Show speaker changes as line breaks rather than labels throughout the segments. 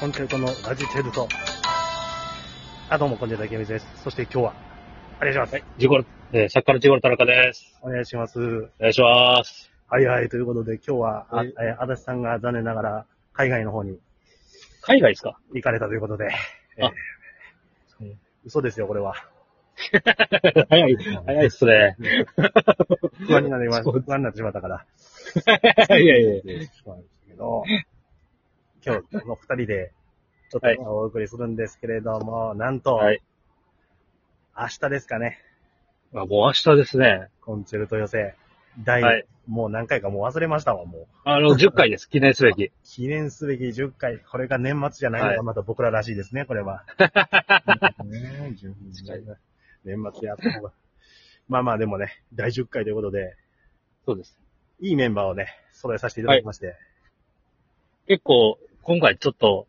コンチェルトのラジチェルト。あ、どうも、こんにちは、池水です。そして今日は、お願いします。
はい、ジゴル、えー、作家のジゴル田中です。
お願いします。
お願いします。
はいはい、ということで今日は、あ
は
え
い
ー、足立さんが残念ながら、海外の方に
海外ですか
行かれたということで、えー
あうん
嘘ですよ、これは。
早い、早いっすね。
不安になりま
そう
不安になってしまったから。
いやいやいや。
そうなんですけど、今日、この二人で、ちょ
はい
っとお送りするんですけれども、なんと、
はい。
明日ですかね、
まあ、もう明日ですね。
コンチェルト寄せ、第、
はい
もう何回かもう忘れましたわ、もう。
あの、10回です。記念すべき。
記念すべき10回。これが年末じゃないの
は
が
い
また僕ららしいですね、これ は。ねえ年末やった方が。まあまあでもね、第10回ということで、
そうです。
いいメンバーをね、揃えさせていただきまして。
結構、今回ちょっと、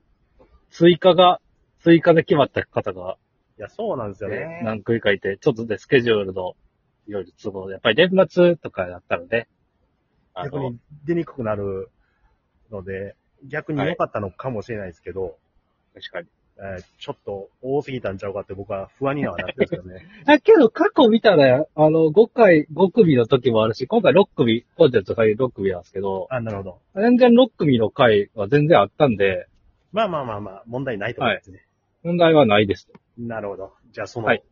追加が、追加で決まった方が、
いや、そうなんですよね
えー。何回かいて、ちょっとでスケジュールの、いろいろ都合で、やっぱり年末とかだったらね、あ
逆
の
に、出にくくなるので、逆に良かったのかもしれないですけど、
確かに。
えーちょっと多すぎたんちゃうかって僕は不安にはなってるんですけどね。
だけど、過去見たら、あの、5回、5組の時もあるし、今回6組、コンテンツとかいう6組なんですけど、
あ、なるほど。
全然6組の回は全然あったんで、
まあまあまあまあ、問題ないと思いますね。
問題はないです。
なるほど。じゃあその、
はい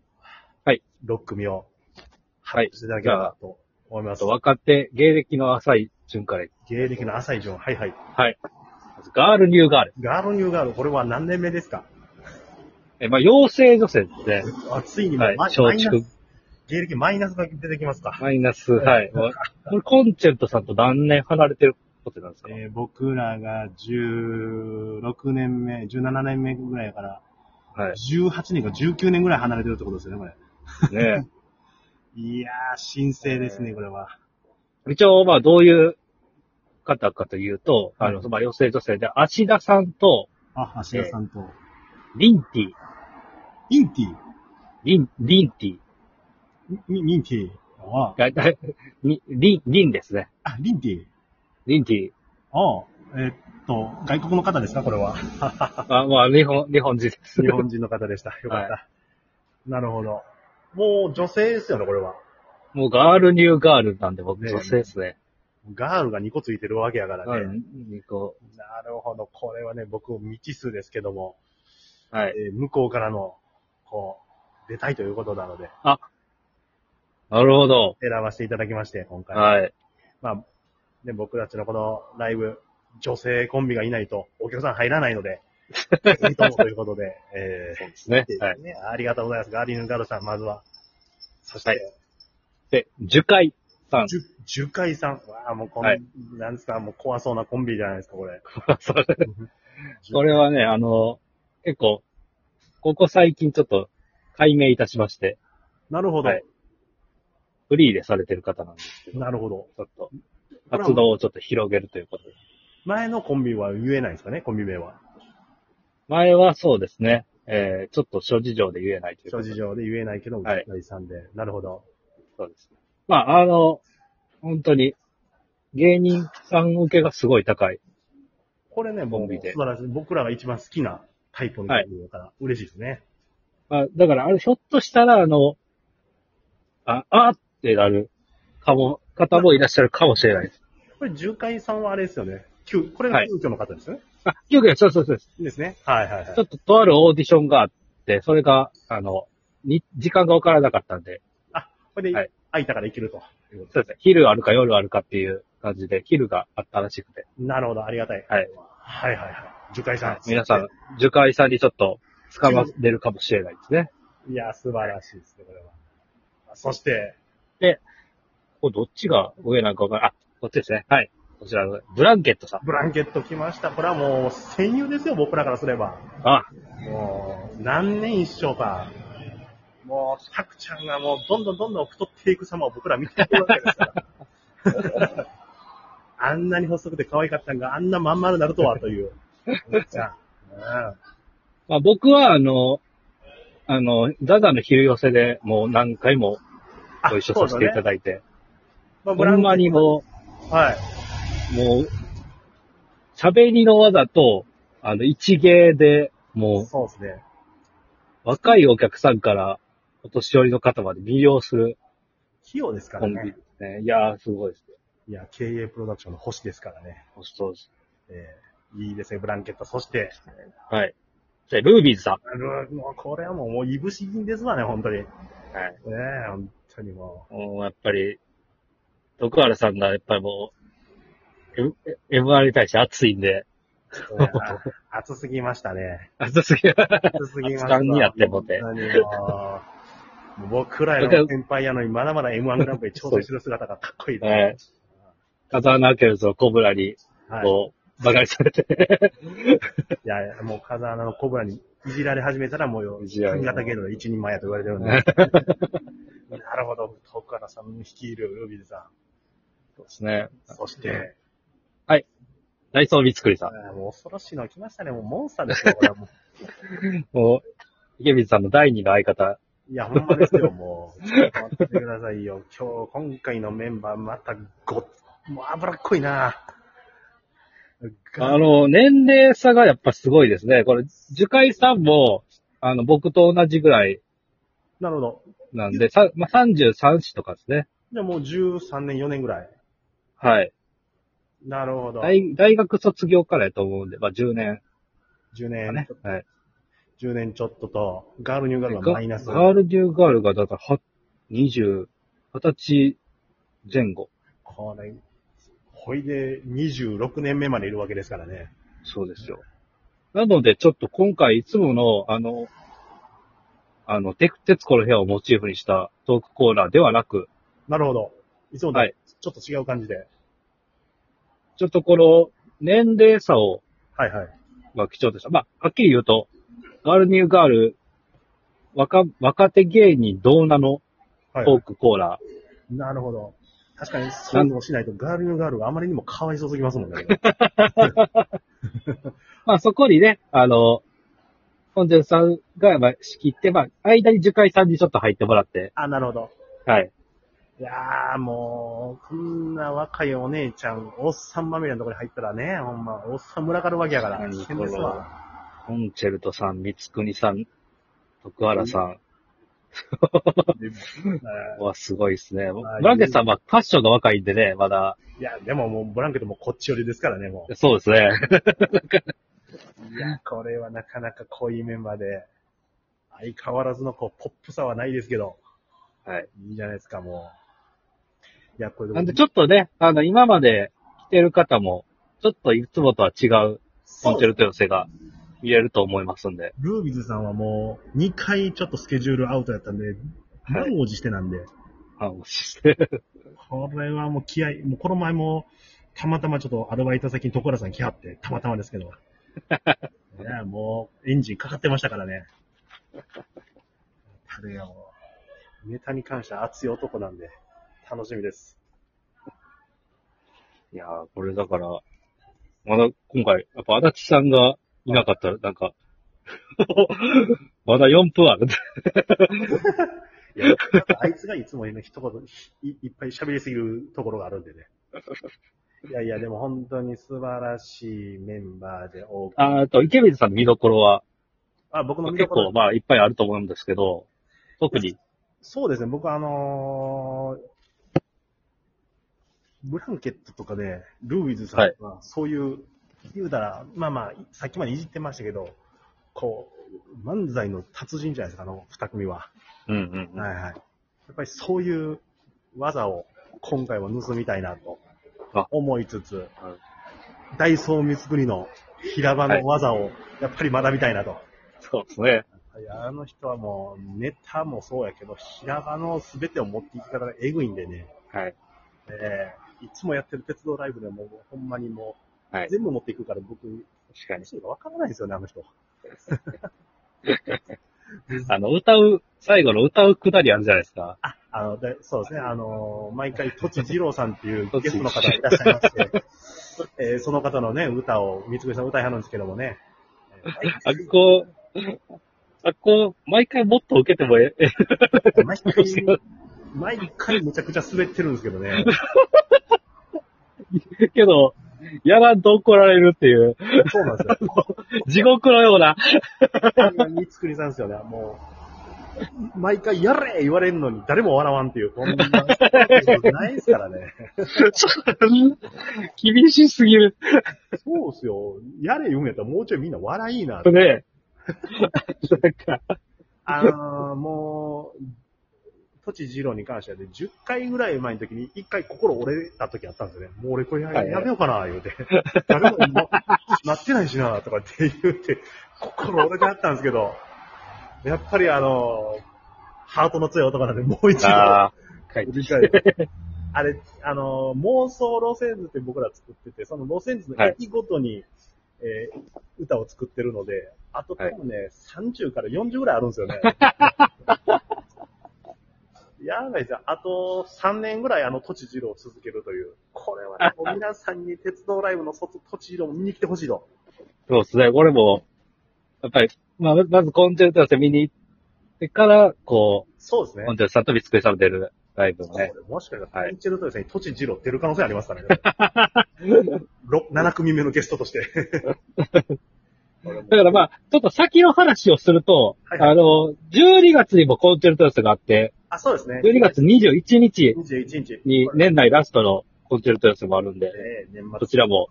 はい
6組を
はい。
していただければと思いま
あ
す
と、。若手、芸歴の浅い順から、
芸歴の浅い順、はいはい。
はい。まずガール、ニューガール。
ガールニューガール、これは何年目ですか
え、まあ、妖精女性ですね。
あ、ついにもう
はい
マ。イ、マ
松
イナ
竹
ス、、芸歴マイナスが出てきますか。
マイナス、はい。まあこれ、コンチェルトさんと何年離れてることなんですか、
えー僕らが16年目、17年目ぐらいやから、
はい。
18年か19年ぐらい離れてるってことですよね、これ。
ね
いやー、新生ですね、これは。
一応、まあ、どういう方かというと、あの、
はい
まあ、妖精女性で、芦田さんと、
あ、橋田さんと。
リンティ、
インティ
リン、リンティ、
ミミンティあ、
あだにリン、リンですね。
あリンティ
リンティ。
あえーっと、外国の方ですか、これは。
あ、まあ、日本、日本人で す。
日本人の方でした。よかった。なるほど。もう女性ですよね、これは。
もうガールニューガールなんで、僕
ね
女性ですね。
ガールが2個ついてるわけやからね。
うん。こ
なるほど。これはね、僕も未知数ですけども、
うはい。
えー向こうからの、こう、出たいということなので、
なるほど。
選ばせていただきまして、今回。
はい。
まあ、ね、僕たちのこのライブ、女性コンビがいないと、お客さん入らないの で、いいともということで、え
そうですね
ー。
はい。
ねありがとうございます。ガーリーヌガードさん、まずは。そして、
はいで、樹海さん。
じゅ、樹海さん。わあ、もうこん、
はい
なんですか、もう怖そうなコンビじゃないですか、これ。
それこれはね、あの、結構、ここ最近ちょっと解明いたしまして、
なるほど。
はいフリーでされてる方なんですけど、
なるほど。
ちょっと、活動をちょっと広げるということで。
前のコンビは言えないんですかね、コンビ名は。
前はそうですね、えー、ちょっと諸事情で言えないというこ
諸
とで
事情で言えないけど、
はい
樹海さんで。なるほど。
そうですね。まあ、あの、本当に、芸人さん受けがすごい高い。
これね、も
コ
う
ンビで
素晴らしい。僕らが一番好きなタイプのコンビだから、嬉しいですね。
まあ、だから、あれ、ひょっとしたら、あの、あ、あーってなる、かも、方もいらっしゃるかもしれないです。
これ、樹海さんはあれですよね。急、これ
は
が
い
急遽の方ですよね。
あ、急遽、そうそうそうです。
ですね。はいはいはい
ちょ。っと、とあるオーディションがあって、それが、あの、に、時間がわからなかったんで、
これで、
はい
空いたから行けると。
そうですね。昼あるか夜あるかっていう感じで、昼があったらしくて。
なるほど、ありがたい。
はい。
はいはいはい。樹海さん、
はい皆さん、樹海さんにちょっと、捕まれるかもしれないですね。
いや、素晴らしいですね、これは。そして、
これどっちが上なんかわからない。あ、こっちですね。はい。こちらの、ブランケットさん。
ブランケット来ました。これはもう、戦友ですよ、僕らからすれば。
あ、
もう、何年一緒か。もう、タクちゃんがもう、どんどんどんどん太っていく様を僕ら見ていくわけですから。 あんなに細くて可愛かったんが、あんなまん丸になるとは、と いう。じゃあ、
まあ、僕は、あの、あの、ザザの昼寄せでもう何回も
あ
ご一緒させてい
い
た
て。
だいて、
まあ
ほんまにも
はい。
う、もう、喋りの技と、あの、一芸で、も
そうですね。
う、若いお客さんから、お年寄りの方まで魅了する
費用ですか
コ
ら
ンビで
ね。
すね。いやー、すごいですね。
いや、経営プロダクションの星ですからね。
そうです。
えー、いいですね、ブランケット。そして、
はい。じゃあルービーズさん。
あのもうこれはもう、もう、いぶし銀ですわね、本当に。ね
はい。
え本当にも
もうやっぱり、徳原さんがやっぱりもう、M- M1 に対して熱いんで、
う、ちょっと ね、あ熱すぎましたね。
熱すぎる。
熱すぎました。
熱燗にやってもて
本当にもうもう僕らの先輩やのに、まだまだ M1 グランプリ挑戦する姿がかっこいいです
はい。風穴開けるとコブラに、
はい。
こう、バカにされて。
いや、もう風穴のコブラにいじられ始めたらもう
いじられ
髪
る
型芸能で一人前やと言われてるんで。なるほど、徳原さん率いるルビーズさ
そうですね。
ん。そして、
ダイソー三つくりさん。
あーもう恐ろしいの来ましたね。もうモンスターですよ、これはも
もう、池水さんの第二の相方。
う。いや、ほんまですよ、もう。ちょっと待ってくださいよ。今日、今回のメンバーまたごっ、もう脂っこいな
あの、年齢差がやっぱすごいですね。これ、樹海さんも、あの、僕と同じぐらい
なるほど。
なんで、さまあ、33子とかですね。
じゃあもう13年、4年ぐらい。
はい。
なるほど。
大大学卒業からやと思うんで、まあ、10年
10
か
年
ね、。はい。
10年ちょっとと、ガールニューガールはマイナス。
ガールデューガールが、だから、は、20、20歳前後。
これ、ほいで26年目までいるわけですからね。
そうですよ。なので、ちょっと今回、いつもの、あの、あの、テクテツコの部屋をモチーフにしたトークコーナーではなく、
なるほど。いつもと
はい
ちょっと違う感じで。
ちょっとこの、年齢差を、
はいはい。
まあ、貴重でした。まあ、はっきり言うと、ガールニューガール、若、若手芸人どうなの
はい、
トークコーナ
なるほど。確かに、そういうのをしないと、ガールのガールがあまりにも可哀想すぎますもん ね。
ー。まあ、そこにね、あの、本ンさんが、まあ、仕切って、まあ、間に樹海さんにちょっと入ってもらって、
あ、なるほど。
はい。
いやーもう、こんな若いお姉ちゃん、おっさんまみれのところに入ったらね、ほんま、おっさん群がるわけやから、
何
危険ですわ。
コンチェルトさん、三つ国さん、徳原さん、
で
はすごいですね。
あ
ブランケットさんはファッションが若いんでね、まだ。
いや、でももう、ブランケットもこっち寄りですからね、も
そうですね。
う。いや、これはなかなか濃いメンバーで、相変わらずのこう、ポップさはないですけど、
はい。
いいじゃないですか、もう。いや、これで
なん
も
で、ちょっとね、あの、今まで来てる方も、ちょっといつもとは違うコンチェルト寄せが見れると思いますんで。
ルービズさんはもう、2回ちょっとスケジュールアウトやったんで、
はい
満を持してなんで、
あの、して。
これはもう気合い、もうこの前も、たまたまちょっとアルバイト先に所さん来はって、たまたまですけど。いや、もう、エンジンかかってましたからね。たれやもう、ネタに関しては熱い男なんで、楽しみです。
いやー、これだから、まだ今回、やっぱ足立さんがいなかったら、なんか、 まだ4分ある。
いや、あいつがいつもね、一言い、いっぱい喋りすぎるところがあるんでね。いやいや、でも本当に素晴らしいメンバーで多く。
あーあと、池水さんの見どころは、
あ、僕の見
結
どころ
構、まあ、いっぱいあると思うんですけど、特に、
そうですね、僕あのーブランケットとかで、ルーイズさんは、そういう、言うたら、まあまあ、さっきまでいじってましたけど、こう、漫才の達人じゃないですか、あの、二組は。
うんうんうん。
はいはい。やっぱりそういう技を今回は盗みたいなと
あ
思いつつ
は、
ダイソー三つ国の平場の技をやっぱり学びたいなと。
そうですね。
いやあの人はもうネタもそうやけど、平場の全てを持っていき方がエグいんでね、
はい。
えーいつもやってる鉄道ライブでももうほんまにもう、
はい
全部持っていくから僕、
確かに
何。してるかわからないんですよね、あの人。
あの、歌う、最後の歌うくだりあるじゃないですか。
あの、でそうですね、あのー毎回、とち二郎さんっていうゲストの方がいらっしゃいまして、 えーその方のね、歌を、三つさん歌いはるんですけどもね、
あっこ、あっこ、毎回もっと受けてもええ、
毎回、毎回めちゃくちゃ滑ってるんですけどね、
えけど、やらんと怒られるっていう、
そうなんですよ。
地獄のような。
三つくりさんですよね、もう。毎回やれ言われるのに誰も笑わんっていう、こんな、ないですからね。
厳しすぎる。
そうっすよ。やれ言うんやったらもうちょいみんな笑いなって。
ね。なんか、
あのーもう、土地二郎に関してはね、10回ぐらい前の時に、1回心折れた時あったんですよね。もう俺これや,、
はいはい
めようかな、言うて。誰も今、なってないしな、とかって言うて、心折れてあったんですけど、やっぱりあのハートの強い男なんで、もう一度、
ああ、
振り返 るあれ、あの、妄想路線図って僕ら作ってて、その路線図の駅ごとに、えー歌を作ってるので、あと多分ね、30から40ぐらいあるんです よね。やばいですよ。あと3年ぐらいあの土地二郎を続けるという。これはね、もう皆さんに鉄道ライブの卒土地二郎も見に来てほしいと。
そうですね。俺も、やっぱり、まあ、まずコンチェルトして見に行ってから、こ
そうです
う、
ね
コ。ンチェルトさんと見つくりされてるライブの
これ
ね。
もしかした
は
ら、
い
ピンチェルトですね、土地二郎出る可能性ありますからね。 ろ7組目のゲストとして。
だからまあ、ちょっと先の話をすると、
はい
あの、12月にもコンチェルト寄せがあって、
あ、そうですね。
12月21日
21日
に年内ラストのコンチェルト寄せもあるんで、
えー年末。
そちらも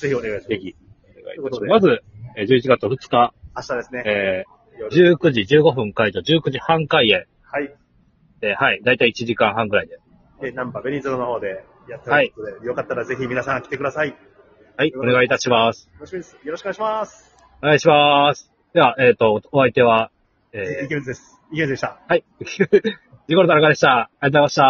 ぜひお願いします。
ぜひお願
とい
いいたし
う
ま
こ
す。まず、えー11月2日、
明日ですね。
えー
夜
19時15分開場、19時半開演、
はい。
えーはい、だいたい1時間半ぐらいで。
えー、ナンバーベニズロの方でやっておりますので、よかったらぜひ皆さん来てください。よ
はい、お願いいたします。
ろしくですよろしくお願いします。
お願いします。では、えっ、と、お相手は、え
えー、
ー
池水です。池水でした。
はい。ジゴル田中でした。ありがとうございました。